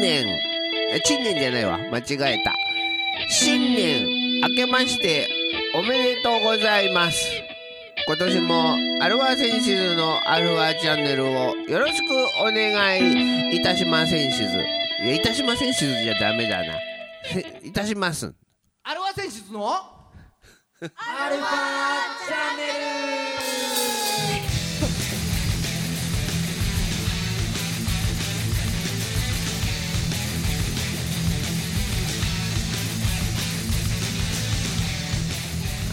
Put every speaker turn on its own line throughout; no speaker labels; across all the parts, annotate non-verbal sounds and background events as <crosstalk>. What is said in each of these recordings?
年、え新年じゃないわ。間違えた。新年、明けまして、おめでとうございます。今年も、アルファセンシズのアルファチャンネルをよろしくお願いいたしませんしず。いや、いたしませんしずじゃダメだな。せいたします。
アルファ選出のアルファチャンネ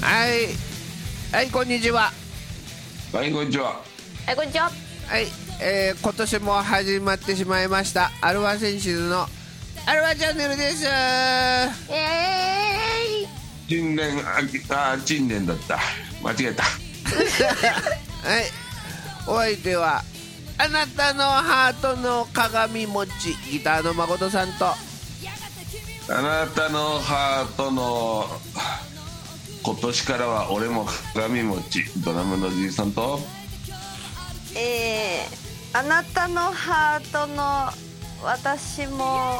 はい。はい、こんにちは。
はい、こんにちは。
えこんにちは
はい、えー、今年も始まってしまいましたアルファセンシズのアルファチャンネルです
え
新年、あ、あ、新年だった。間違えた。
はいお相手はあなたのハートの鏡餅ギターの誠さんと
あなたのハートの。今年からは俺も鏡餅、ドラムのじいさんと。
ー、えー、あなたのハートの私も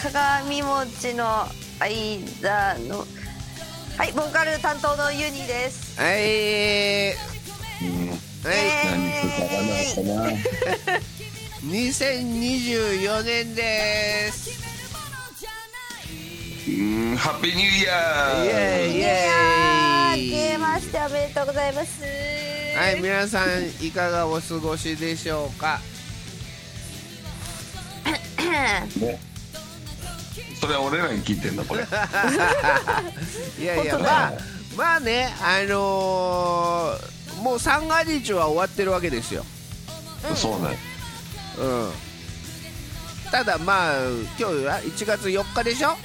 鏡餅の間のはいボーカル担当のユニです
はい
うん、何
はい
してたかなかな。
2024年です
うん、ハッピーニューイ
イ
ヤー。
エーイイ
あー
エー
明け
イ
ましておめでとうございます
はい皆さんいかがお過ごしでしょうか
ねそれは俺らに聞いてんだ、
<laughs>
これ。
いやいや
本当
まあまあねあのーもう三が日は終わってるわけですよ、
そうなん。
うん、ただまあ今日は1月4日でしょ、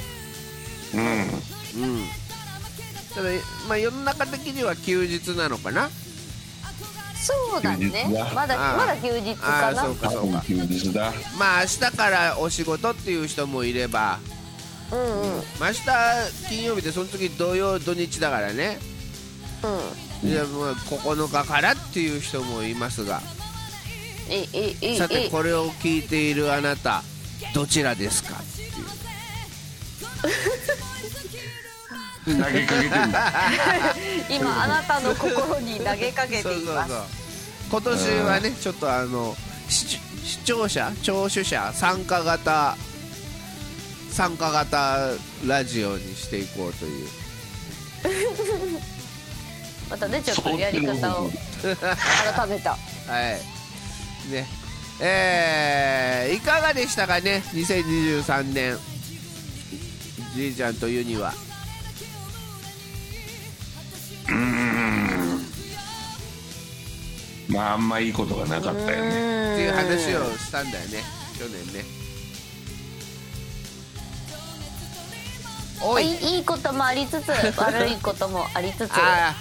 うん。
うん、ただまあ世の中的には休日なのかな
そうだね
休日だ
まだ
あー
まだ休日か
あー
な
そうかそう
ハ
か
ッピー休日だ。
まあ明日からお仕事っていう人もいれば、
うんうんうん
まあ、明日金曜日でその次土曜土日だからねじゃあもう9日からっていう人もいますが
いいいいいい
さて
いい
これを聞いているあなたどちらですかっていう
投げかけてんだ。
今あなたの心に投げかけています
今年はねちょっとあの視視聴者聴取者参加型参加型ラジオにしていこうという
またね <laughs> ちょっとやり方を改めた
はいねえーいかがでしたかね2023年じいちゃんとユニは
まあ、あんまいいことがなかったよね。
っていう話をしたんだよね去年ねおい
いいいこともあり
<laughs>
つつ悪いこともありつつ
あ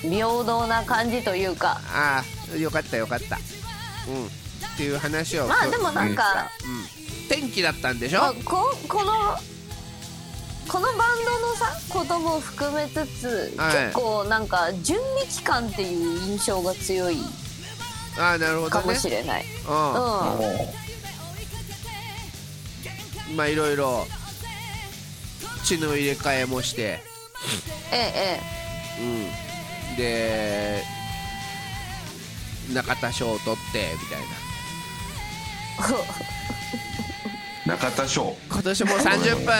平等な感じというか
ーあーよかったよかったうんっていう話を
まあでもなんか、
うん、天気だったんでしょ、
まあここのこのバンドのさことも含めつつ、
はい
結構なんか準備期間っていう印象が強い
ああなるほど
か
ね
もしれない、
う
うんん
まあいろいろ血の入れ替えもして
ええ
うんで中田賞を取ってみたいな
中田翔。
今年
<laughs>
も30分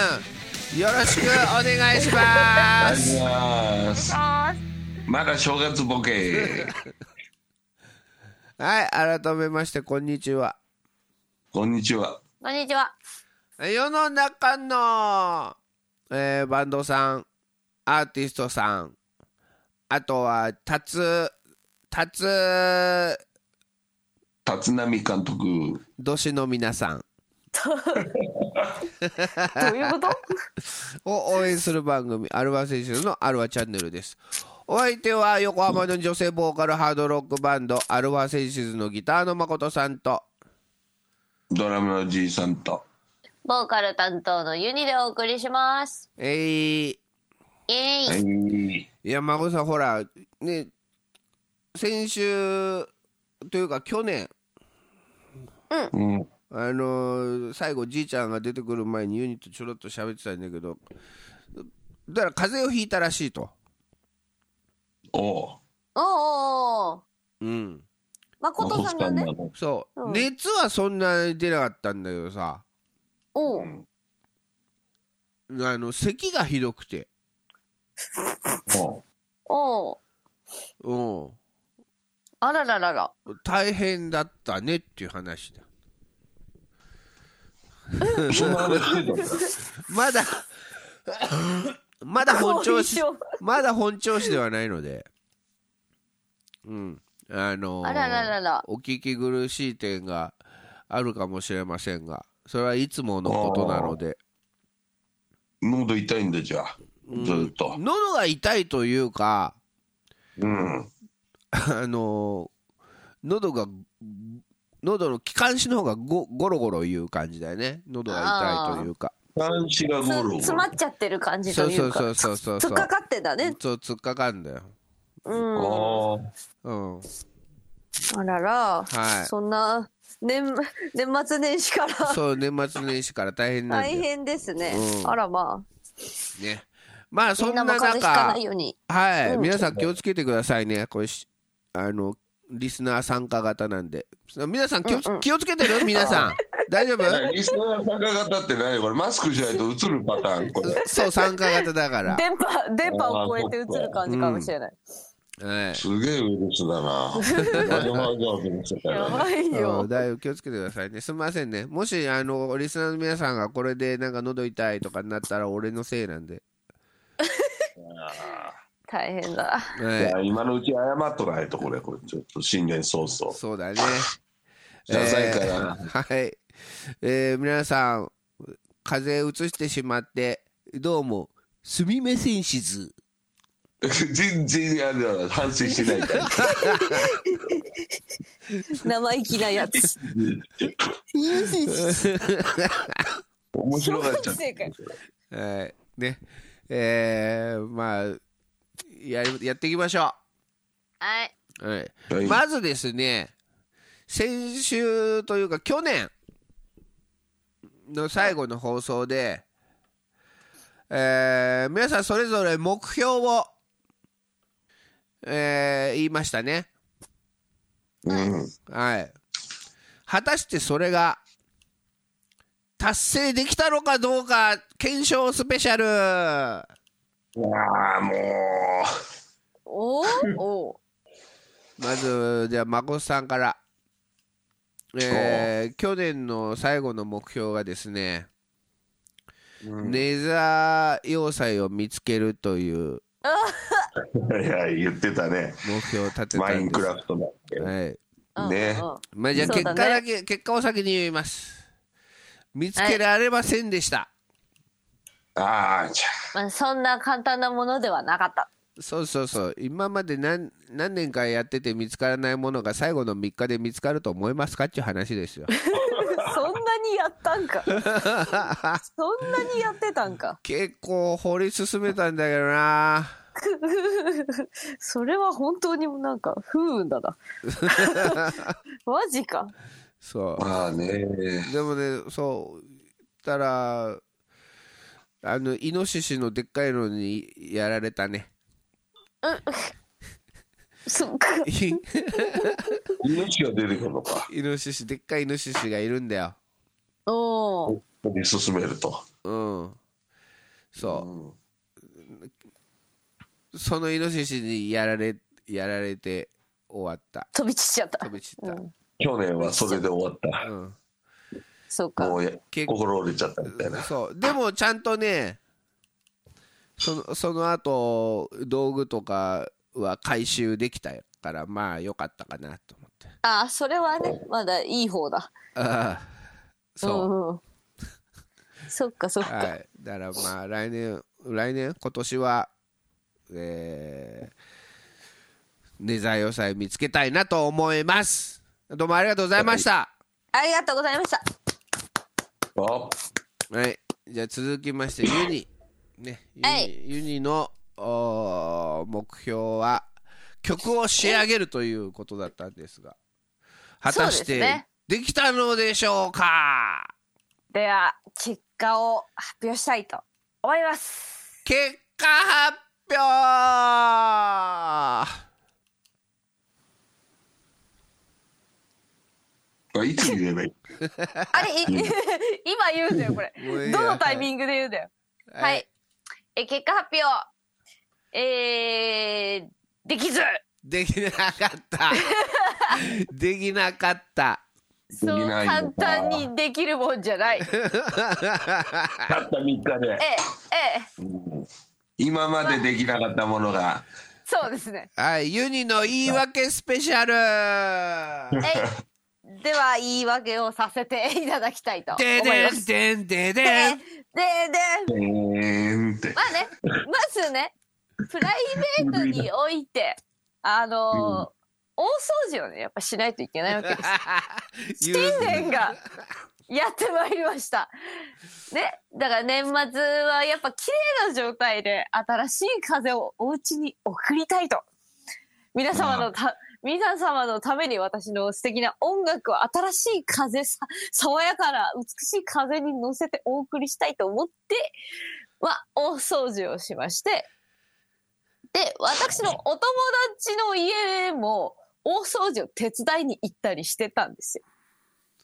よろしくお願いしま
あり
<laughs>
す
ます。
あ
まだ正月ボケ。
はい改めましてこんにちは
こんにちは。
こんにちは
世の中の、えーバンドさんアーティストさんあとはタツタツ
立浪監督。
年の皆さ
<laughs>
ん
どういう
<laughs>
こと
を応援する番組アルバ選手のアルバチャンネルですお相手は横浜の女性ボーカルハードロックバンドアルバセンシズのギターの誠さんと
ドラムのじいさんと。
ボーカル担当のユニでお送りします
えー、
イエー
は
イ、
い。
いや孫さんほらね先週というか去年
うん。
あのー最後じいちゃんが出てくる前にユニットちょろっと喋ってたんだけどだから風邪をひいたらしいと
おう
おーおーおー
うん
誠さんが
な
ね
の
そう、
うん
熱はそんなに出なかったんだけどさ
おう
あの咳がひどくて
おう
お
う
う
ん
あらららら
大変だったねっていう話だ
そんな話してたんだ
まだまだ本調子
後遺症
まだ本調子ではないのでうんあのー
あらららら
お聞き苦しい点があるかもしれませんがそれはいつものことなので
喉痛いんだじゃあずっと
喉が痛いというか
うん
あのー喉が喉の気管支の方がゴゴロゴロいう感じだよね喉が痛いというか
三子がゴロ
つ
ゴロ
詰まっちゃってる感じ
そ
と
う
い
そうう
か
そうそうそう
突
そう
っかかってたね
そう突っかかんだよ
うん
ああ
<laughs>
うん
あらら、
はい
そんな年年末年始から
そう年末年始から大変なんだ
大
よ
変ですね、
うん
あらま
ねまあ
あみ
そん
んな
な
も風
中
邪ひかないように
はい、
うん
皆さん気をつけてくださいね、これしあのリスナー参加型なんで、皆さん気を,、
うんうん
気をつけて
<laughs>
る、皆さん、大丈夫
リスナー参加型って何これマスクしないと映るパターンこれ
そう、参加型だから、
電波電波を超えて映る感じかもしれない、
はい
すげえウイルスだ <laughs> な。まだまだウイルスだ
や
よ
ばい
うん
よ
だいぶ気をつけてくださいね、すみませんね、もしあのリスナーの皆さんがこれでなんか喉痛いとかになったら、俺のせいなんで、
大変だ
はい
いや今のうち謝っとかないとこれこれちょっと新年早々
そう
<laughs>
だね。
謝罪会だな
えー <laughs> はい。えー皆さん、風邪移してしまって、どうも、すみませんし
<laughs>
ず。
<laughs> 全然あれだな反省しないから <laughs>
生意気なやつ
面白かっちゃっ
正解
はい。ね。えーまあ、やり、やっていきましょ
はい、
う。はい。
た、はい
まずですね、先週というか去年の最後の放送で、えー皆さんそれぞれ目標を、えー言いましたね。
うん、
はい。果たしてそれが達成できたのかどうか検証スペシャル
いやーも
おおお
まずじゃあ孫さんから、えー去年の最後の目標がですね、
う、
ネザー要塞を見つけるという
いや言ってたね
目標を立てたんです
マインクラフトだっけ、
はい
ー
ね
うんうん
まあ、じゃあ
そ
結
うだ
果
ね
だけ結果を先に言います見つけられませんでした、
ああじ
まあ、そんな簡単なものではなかった
そうそうそう今まで何何年かやってて見つからないものが最後の3日で見つかると思いますかっていう話です
<laughs>
よ
そんなにやった
<laughs>
んかそんなにやってたんか
結構掘り進めたんだけどな
それは本当になんか不運だな
<laughs>
マジか
そ
ゃあまあね
うでもねそうたらあのイノシシのでっかいのにやられたね <laughs>
そっか
命が出てくるのか
イノシシでっかいイノシシがいるんだよ
おお
ここに進めると、
うんそう
うん、
そのイノシシにやられやられて終わった
飛び散っちゃった
飛び散った、
うん
去年はそれで終わった
うん
そうか
もうや
結構
心折れちゃったみたいな
そうでもちゃんとねそのその後道具とかは回収できたからまあ良かったかなと思って
ああそれはねまだいい方だ
ああそう、
んうん、そっかそっか、
はいだからまあ来年来年今年はえー、ネザー要塞見つけたいなと思いますどうもありがとうございました、
ありがとうございました
あ
はい。じゃあ続きまして、ユニ。ね。ユニ,、
はい
ユニのおー目標は曲を仕上げるということだったんですが、果たし
そうで
て
すね
できたのでしょうか
では結果を発表したいと思います
<laughs> 結果発表
あいつ言えばい <laughs> い
あれい <laughs> 今言うんだよこれ
もういいや
どのタイミングで言うんだよはい、え結果発表えー、できず
できなか
<laughs>
った。できなかった。
き
そ
ないうのか
簡単にできるもんじゃないええ
たった3日で
ええ
今までできなかったものが
そうですね
はい、ユニの言い訳スペシャル。
えいでは言い訳をさせてい <laughs> ただきたいと思
で
いま
ですんでんで
で
で
<laughs>
ん。
でで
えーんって
まあね、まずね、プライベートにおいて、あのー大掃除をね、やっぱしないといけないわけです。新年がやってまいりました。ね、だから年末はやっぱ綺麗な状態で新しい風をお家に送りたいと。皆様のた、皆様のために私の素敵な音楽を新しい風さ、爽やかな美しい風に乗せてお送りしたいと思って、まあ、大掃除をしまして、で、私のお友達の家も大掃除を手伝いに行ったりしてたんですよ。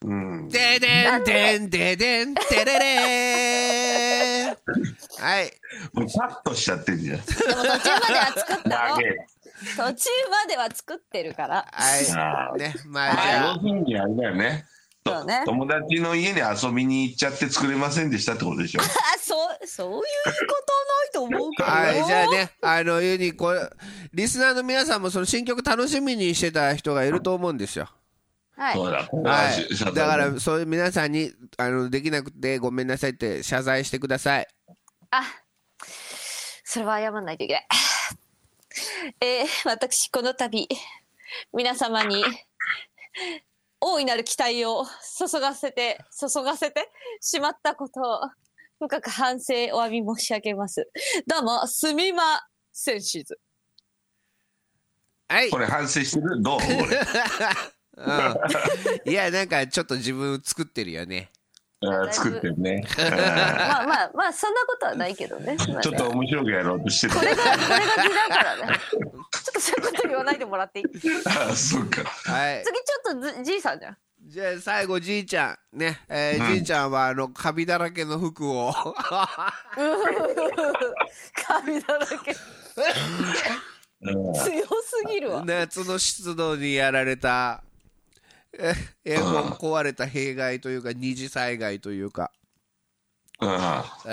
うん
ででんでんででんでれれん。はい、
もうパッとしちゃってんじゃん
でも途中までは作った
投。
の
げ
途中までは作ってるから。
は
あ
い、
ー
ね、まあじ
まあ
ゃ
要するにあれだよねと
そうね
友達の家に遊びに行っちゃって作れませんでしたってことでしょ
あ、 <laughs> そう、そういうことないと思うけ
あ。
ど。
はい、じゃあ。ね、あの、ユニ、これ、リスナーの皆さんもその新曲楽しみにしてた人がいると思うんですよ。
はい。
そうだこれは
は
し謝
い。
罪
だから、そういう皆さんに、あの、できなくてごめんなさいって謝罪してください。
あ、それは謝らないといけ <laughs> ない。えー、私、この度、皆様に、大いなる期待を注がせて、注がせてしまったことを、深く反省お詫び申し上げます。どうも、すみませんしず。
はい
こ。れ反省してるどうこれ
うん、いやなんかちょっと自分作ってるよね
あー作ってるね
まあまあまあそんなことはないけどね。まあね
ちょっと面白くやろうとして
これ
る
がこれが字だからね。ちょっとそういうこと言わないでもらっていい。次ちょ
あーそっか
はい
っとずじいさん <laughs> じゃん。
じゃあ最後じいちゃんね、えー
うん
じいちゃんはあのカビだらけの服を
髪だらけ
うん
強すぎるわ。
夏の湿度にやられたえエアコン
うん
壊れた弊害というか二次災害というか
う
はい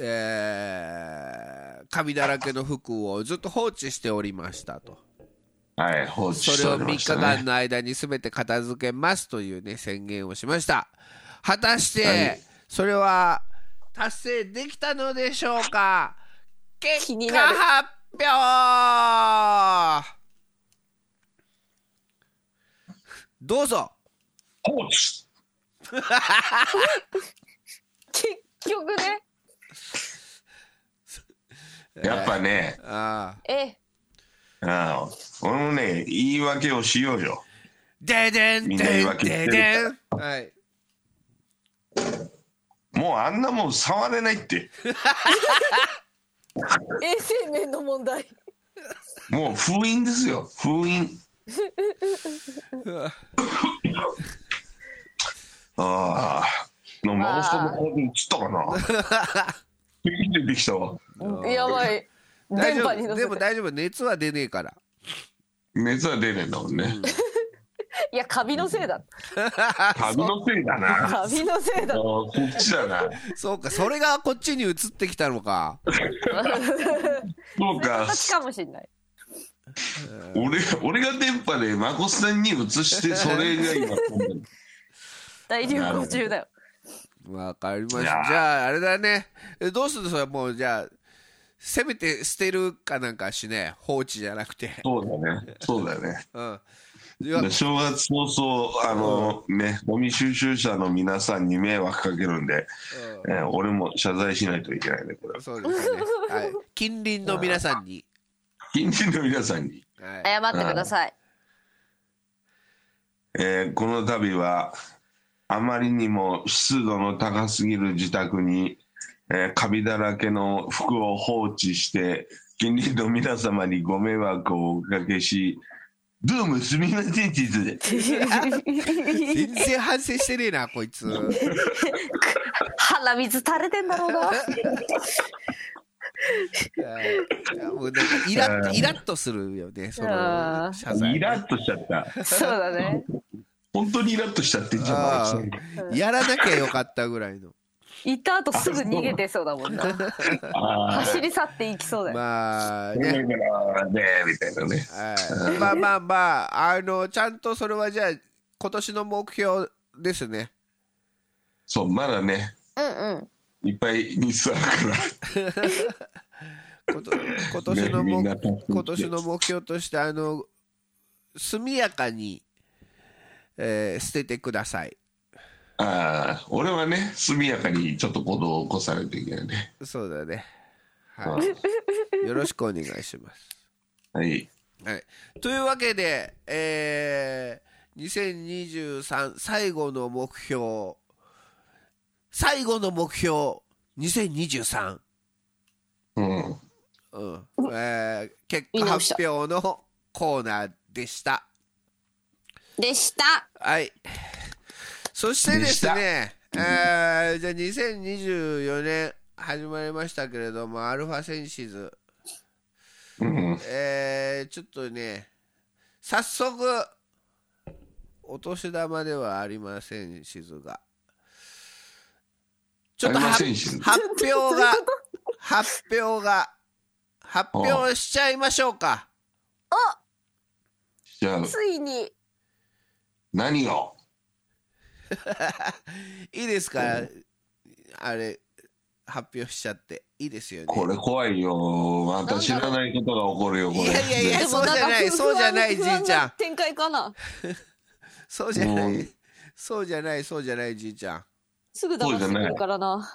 えー、カビだらけの服をずっと放置しておりましたと
んはい放置し
そ
て
れ
お
を3
りま
日
した
間
ね
の間に全て片付けますというね宣言をしました果たし
は
て
い
それは達成できたのでしょうか結
気に
果
なる
発表どうぞ
放置
結局ね。
やっぱね
ああ
え、
あ俺もね言い訳をしようよ
ででん
みんな言
で
い
ん
訳して
で
る
でんはい
もうあんなもん触れないって
衛生面の問題。
もう封印ですよ封 <laughs> 印ああのマウスともこうにちったかな出てきたわ
やばい。
大
電
丈
波に
夫
乗
で
せ
も
て。
大丈夫熱は出ねえから
熱は出ねえんだもんね
いや、カビのせいだ。
旅のせいだなあ
カビのせいだ。
こっちだな
そうかそれがこっちに移ってきたのか
そうか
形かもしれない。
俺俺が電波でマコスさんに移してそれが今飛んでる
大流行中だよ。
わかりました。
い
じ
やー
ゃあ、あれだね。えどうするそれはもう、じゃあ、せめて捨てるかなんかしね。放置じゃなく
<laughs>
て。
そうだねそうだね
うん。いや
正月早々あの、ねゴミ収集車の皆さんに迷惑かけるんで、えー俺も謝罪しないといけないねこれは
そうですね。
<laughs>
はい。近隣の皆さんに。
近隣の皆さんに
はい。
謝ってください。
えーこの度はあまりにも湿度の高すぎる自宅に、えーカビだらけの服を放置して近隣の皆様にご迷惑をおかけしどうもすみませんで
<laughs>
した
<laughs>
全然反省してねえな、こい
<laughs>
つ。
鼻水垂れてんだろう
<laughs>
な。
いやもうなんかイラッとイラッとするよね、そ
あ
の
ー
謝罪。
イラッとしちゃった
そうだね。
本当にイラッとしちゃってんじゃん
あ
青木
ーやらなきゃよかったぐらいの。
行った後すぐ逃げてそうだもんな。
さんあー
走り去っていきそうだよ。
まあ
これ
ね。
だからねみたいなね
はいまあまあまあ、あの、ちゃんとそれはじゃあ、今年の目標ですね。
そうまだね
うんうん。
いっぱいミスあるから <laughs>
こと今年の
ねみんな
目
立って
今年の目標としてあの速やかに、えー捨ててください
ああ、俺はね、速やかにちょっと行動を起こさないといけないね。
そうだね、はい、よろしくお願いします、
はい。
はい、というわけで、えー2023最後の目標最後の目標2023
うん。
うんえー結
見
果
直し
発
た
表のコーナーでした。
でした。
はい。そしてですね、えーじゃあ2024年始まりましたけれども、アルファセンシズ、
うん。
えーちょっとね、早速、お年玉ではありませんしずが、ちょっと
あり
は
ま
発
せんしず
表が、発表が、発表しちゃいましょうか。
じゃあ、
ついに。
何を
<laughs> いいですか、あれ、発表しちゃって、いいですよね。
これ怖いよ。また知らないことが起こるよ、こ
い
れ。
やいやいや、
で
そ
も
うじゃない、
んか
そうじゃない、じ
不安
いちゃん
不安な。展開かな。
そうじゃな
う
い
ん。
そうじゃない、そうじゃない、じいちゃ
すぐ騙してくるからな。
ん。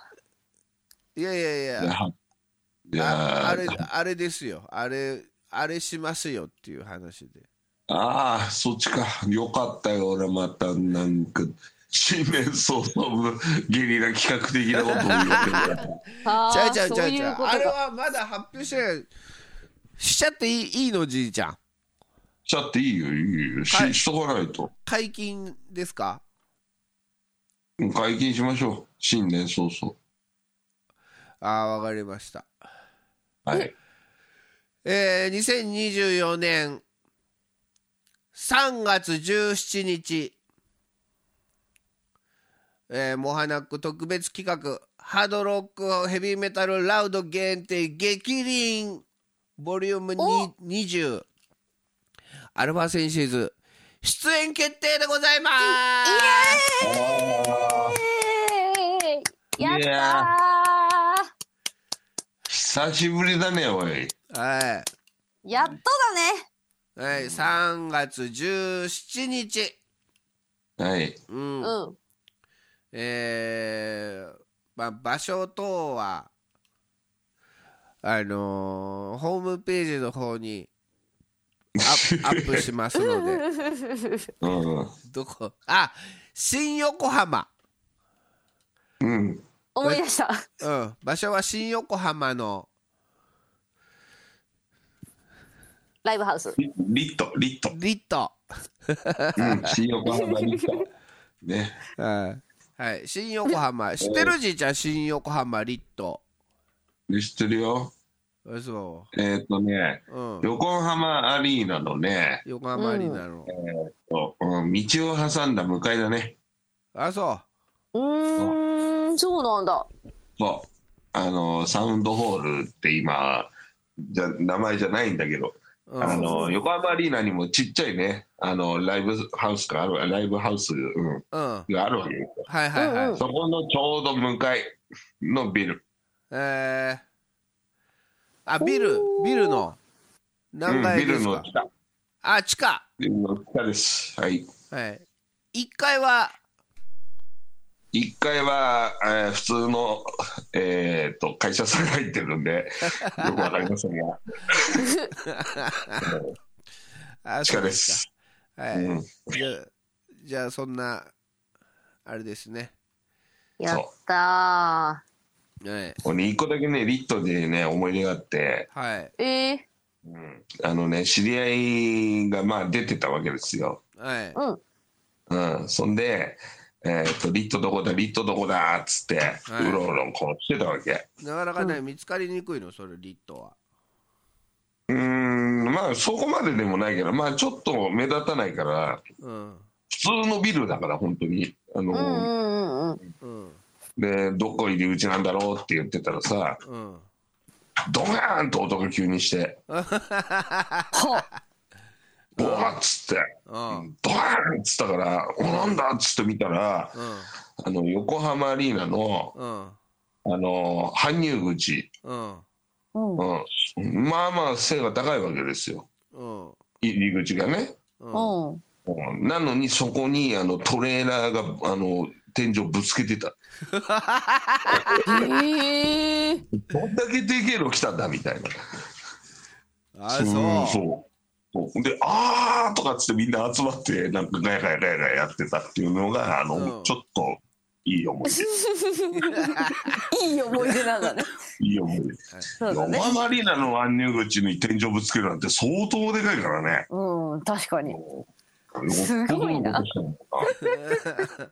いやいやい
いや
や、
じ
あ
ゃ
あ
あ
れ、あれですよ。あれ、あれしますよっていう話で。
ああ、そっちか。よかったよ、俺また、なんか、新年早々、ゲリラ企画的なことを言ってた。
あ
ちゃう
あ、
ちゃうち
そ
ゃ
う
う
い
ち
う
ゃう
こと
あれ
か。
はまだ発表してない。しちゃっていいいいの、じいちゃん。
しちゃっていいよ、いいよ。し,、
はい
しとかないと。
解禁ですか
うん解禁しましょう。新年早々。
ああ、わかりました。
はい。
えー、2024年3月17日、えー、モハナック特別企画、ハードロックヘビーメタルラウド限定激凛ボリューム2 20アルファセンシーズ出演決定でございます
イエーイやっ
い
た
や
ー
久しぶりだね、おい。
はい
やっとだね
はい、3月17日、
はい。
うん
うん。
えーまあ、場所等はあのーホームページの方にアッアップしますので
うん。
どこあ新横浜、
うん。
思い出した。
うん、場所は新横浜の
ライブハウス。
リリット、リット。
リット、
うん。新横浜リット。ね。
はいはい、新横浜知ってるじいちゃん新横浜リット
で知ってるよ。
そ
えーっ、とね、
う、うん、
横浜アリーナのね、
横浜アリーナの、
とうん道を挟んだ向かいだね。
あそう
ーん、そうなんだ。
そう。あの、サウンドホールって今、じゃ名前じゃないんだけど、
う、う
あ
ん
の、横浜アリーナにもちっちゃいね、あの、ライブハウスがある、ライブハウス、うん、
うん、は
があるわけよ。
いはいはい、
うんうん
そこのちょうど向かいのビル。
えー、あビルビルの何
うん、
階
ビ
で
ル
すか、
の下。
あ地下
ビルの下です。はい。
はい1階
<laughs>
は
1階は、えー普通の、えー、と会社さんが入ってるん
<laughs>
で、よくわかりませんが、
あ
地下
そう
で
か
す。
はい、
うん
じゃあじゃあそんなあれですね
やった
はい
俺一個だけねリットでね思い出があって、
はい
ー。え
うん、あのね知り合いがまあ出てたわけですよ、
はい
ー、うん。
うん、そんで、えー、とリットどこだリットどこだっつって、
いう
ろうろこうしてたわけ
なかなかね見つかりにくいのそれリットは
うーんまあそこまででもないけどまあちょっと目立たないから
うん
普通のビルだから本当にあ
うんう
の、
んうんうん。
うん
でどこ入り口なんだろうって言ってたらさ
うん <laughs>
ドガーンと音が急にして
ほう。
ボワッつって
うん
ドガーンっつったからおなんだっつって見たら
うん
あの横浜アリーナの
うん
あの搬入口、
うん
うんうん
うん、まあまあ背が高いわけですよ
うん
入り口がね、
うん
うんなのにそこにあのトレーラーがあの天井ぶつけてた
えー、
どんだけでけえの来たんだみたいな。
あ <laughs> そう
そうそうで、あーとかっつってみんな集まって、なんかガヤガヤガヤガヤやってたっていうのが、あの、
うん
ちょっといい思い
<laughs> いい思い出なんだね。
出。いい思い出。
そうだ
横
ね。
浜アリーナの安入口に天井ぶつけるなんて相当でかいからね。
うん、確かに。
よっぽどのことしたのか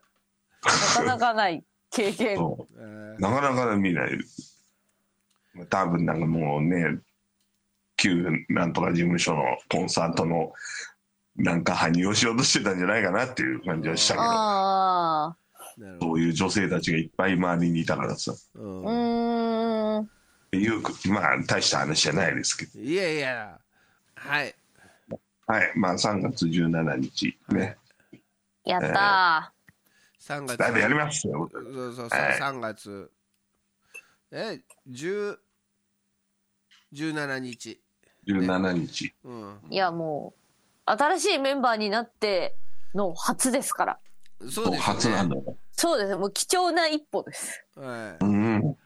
なかなかない経
な
験。
そ
えー
うなかなか見ない。多分なんかもうね、旧なんとか事務所のコンサートのなんか搬入をしようとしてたんじゃないかなっていう感じはしたけど。
あ
<laughs> なるほ
そういう女性たちがいっぱい周りにいたからさ。
ど
あ。う
うん
ーん。
いうまあ、大した話じゃないですけど。
いやいやはい
はい。まあ、3月17日、ね。
やった
3月
ライブやりますよ。
そうそうそう、
はい
3月え10 17日
17日。
うん
ー。いや、もう、新しいメンバーになっての初ですから。
そうです、ね、
初なんだよ。
そうですね。もう貴重な一歩です。
は
う
い、
ん。
うん。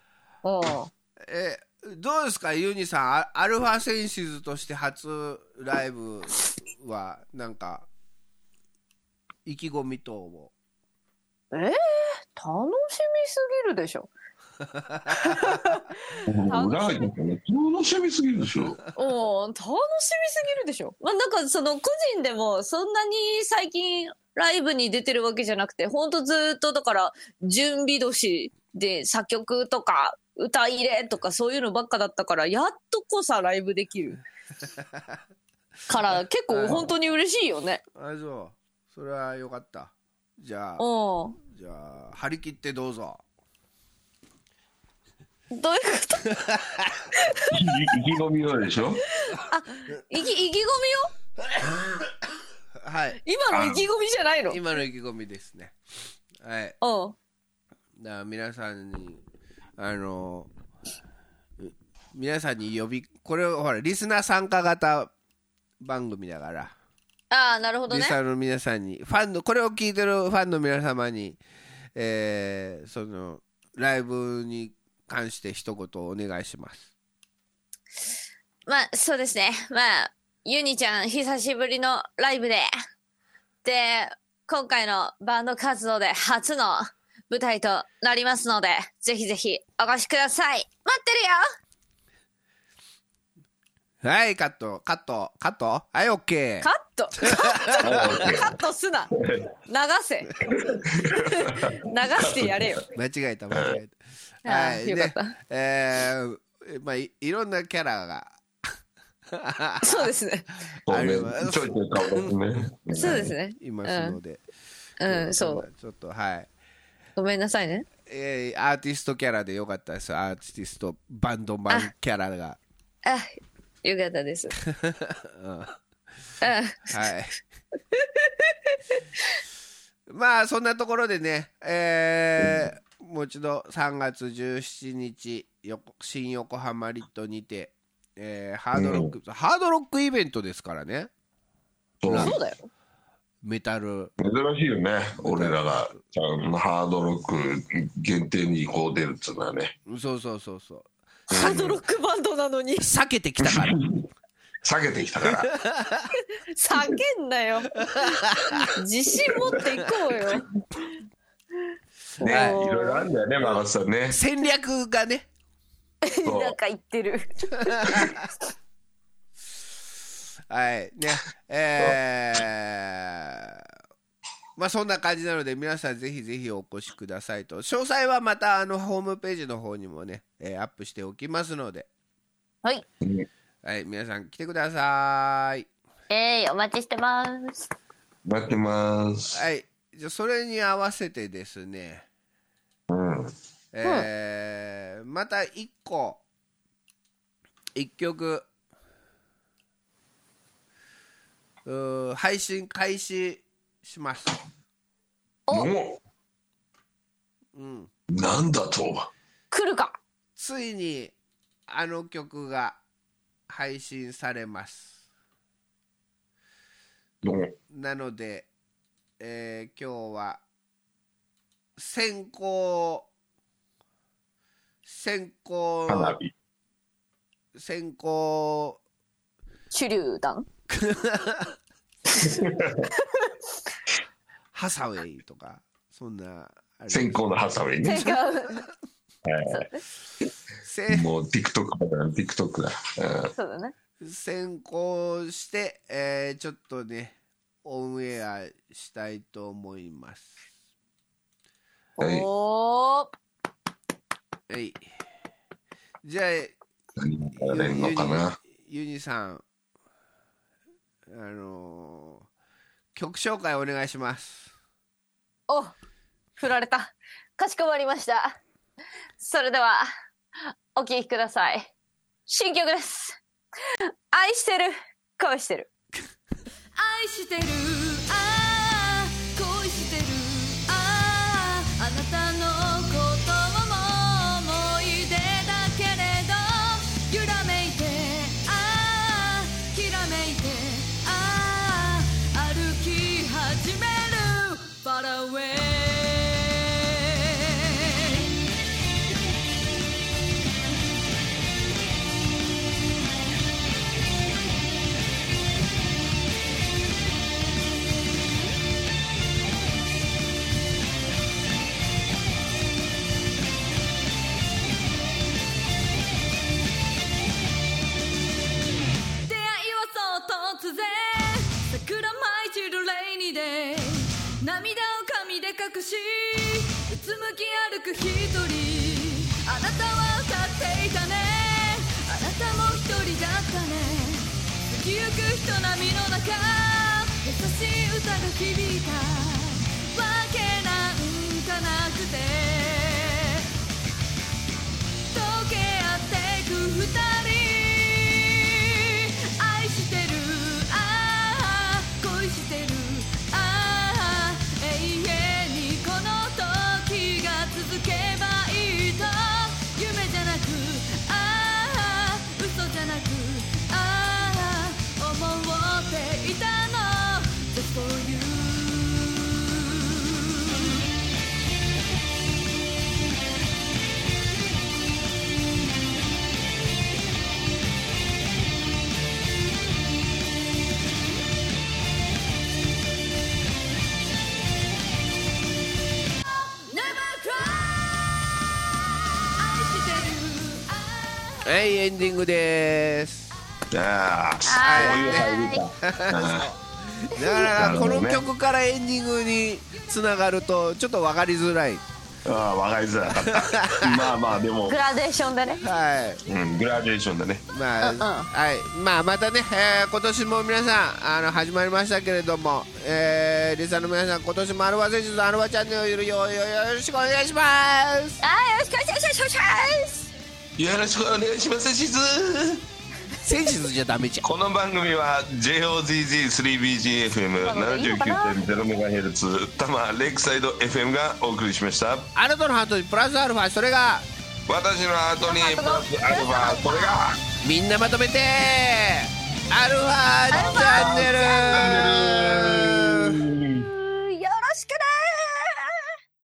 えどうですかユニさんアアルファセンシズとして初ライブはなんか意気込み等を
えー、楽しみすぎるでしょ。
裏入ってたね。楽しみすぎるでしょ。
うん、楽しみすぎるでしょ。まあ、なんかその個人でもそんなに最近ライブに出てるわけじゃなくて、ほんとずーっとだから準備年で作曲とか歌入れとかそういうのばっかだったから、やっとこさライブでき <laughs> る。から結構本当に嬉しいよね。
あそうそれはよかったじゃあ
うん。
じゃあ張り切ってどうぞ
<laughs> どういうこと
意気込みはでしょ。
意気意気込みよ
はい
今の意気込みじゃないの。
今の意気込みですねはい
うん。
だから皆さんにあのう皆さんに呼びこれをほらリスナー参加型番組だから、
ああ、なるほど
リ
ね
ス。ナーの皆さんにファンのこれを聞いてるファンの皆様に、えーそのライブに関して一言お願いします
まあ、そうですね。まあ、ゆにちゃん、久しぶりのライブで、で、今回のバンド活動で初の舞台となりますので、ぜひぜひお越しください。待ってるよ
はいカットカットカットはいオッケ
カット <laughs> カットすな流せ流してやれよ。
ー間違えた間違えた
あー
はい
よかった
でえーまあいいろんなキャラが
そうですね。
そう
あ
ね
れは。
ちょいちょい顔出すね。
そうですね。
いますので、
うん、そう。
う。ちょっとはい。
ごめんなさいね。
えーアーティストキャラでよかったです。アーティスト、バンドマンキャラが。
あ、よかったです。うん。
はい。 <laughs> まあ、そんなところでね、えーもう一度3月17日、よこ新横浜リットにて、えーハードロック、ハードロックイベントですからね、
そう
そうだよ。
メタル。
珍しいよね。俺らが、ちゃんハードロック限定にこう出るっつうのはね。
そうそうそうそう。
ハードロックバンドなのに。
避けてきたから。
下げてきたから。
叫んだ <laughs> よ自信持っていこうよ
ね、
おー
いろいろあるんだよね、マガさんね。
戦略がね
そう
<laughs> なんか言ってる
はいねえー <laughs> まあそんな感じなので皆さんぜひぜひお越しくださいと詳細はまたあのホームページの方にもね、えーアップしておきますので
はい。
はい皆さん来てください
えー、お待ちしてます。
待ってます。
はいじゃあそれに合わせてですね
うん。
えーまた1個1曲うー配信開始します、
お
うん、
なんだと
来るか
ついにあの曲が配信されます
お
なので、えー今日は先行先行
花火。
先行
手榴弾
ハサウェイとかそんなあれ
先行のハサウェイ
違
ね。
う。
せん
もう TikTok だな、TikTok だ。
そうだね。
先行して、えーちょっとねオンエアしたいと思います
はい
おー。
はいじゃあユ
うん。何がやれんのかな。
ユニさんあのー曲紹介お願いします
お振られた。かしこまりました。それでは、お聴きください。新曲です。愛してる。恋してる。
愛してるああ恋してるあああなたのことも思い出だけれど揺らめいてああひらめいてああ歩き始める Far away 出会いはそう突然桜舞い散るレイニーで涙を髪で隠しうつむき歩く一人あなたは歌っていたねあなたも一人だったね吹きゆく人波の中優しい歌が響いたわけなんかなくて溶け合ってく二人愛してるああ恋してるああ永遠にこの時が続けばいいと夢じゃなくああ嘘じゃなくああ思っていたの Just for you
はいエンディングです
ああ、こういう入りか。あ
だからこの
なるほ
曲からエンディングにつながるとちょっと分かりづらい
ーあー、わかりづらか <laughs> った。まあまあ、でも
グ、ラデーションでね。
はい
うん、グラデーションだね。
まあ、
うんうん
はい、まあ、またね、えー今年も皆さん、あの、始まりましたけれども。えー、リサの皆さん、今年もアルバ選手のアルバチャンネルをよろよよろしくお願いします。
あー、よろしくお願いします。
よろしくお願いします、しず
選手じゃダメじゃん。
この番組は JOZZ3BGFM79.0MHz 多摩レイクサイド FM がお送りしました
あなたのハートにプラスアルファ、それが、
私の後にプラスアルファこれが
みんなまとめて。アルファチャンネル。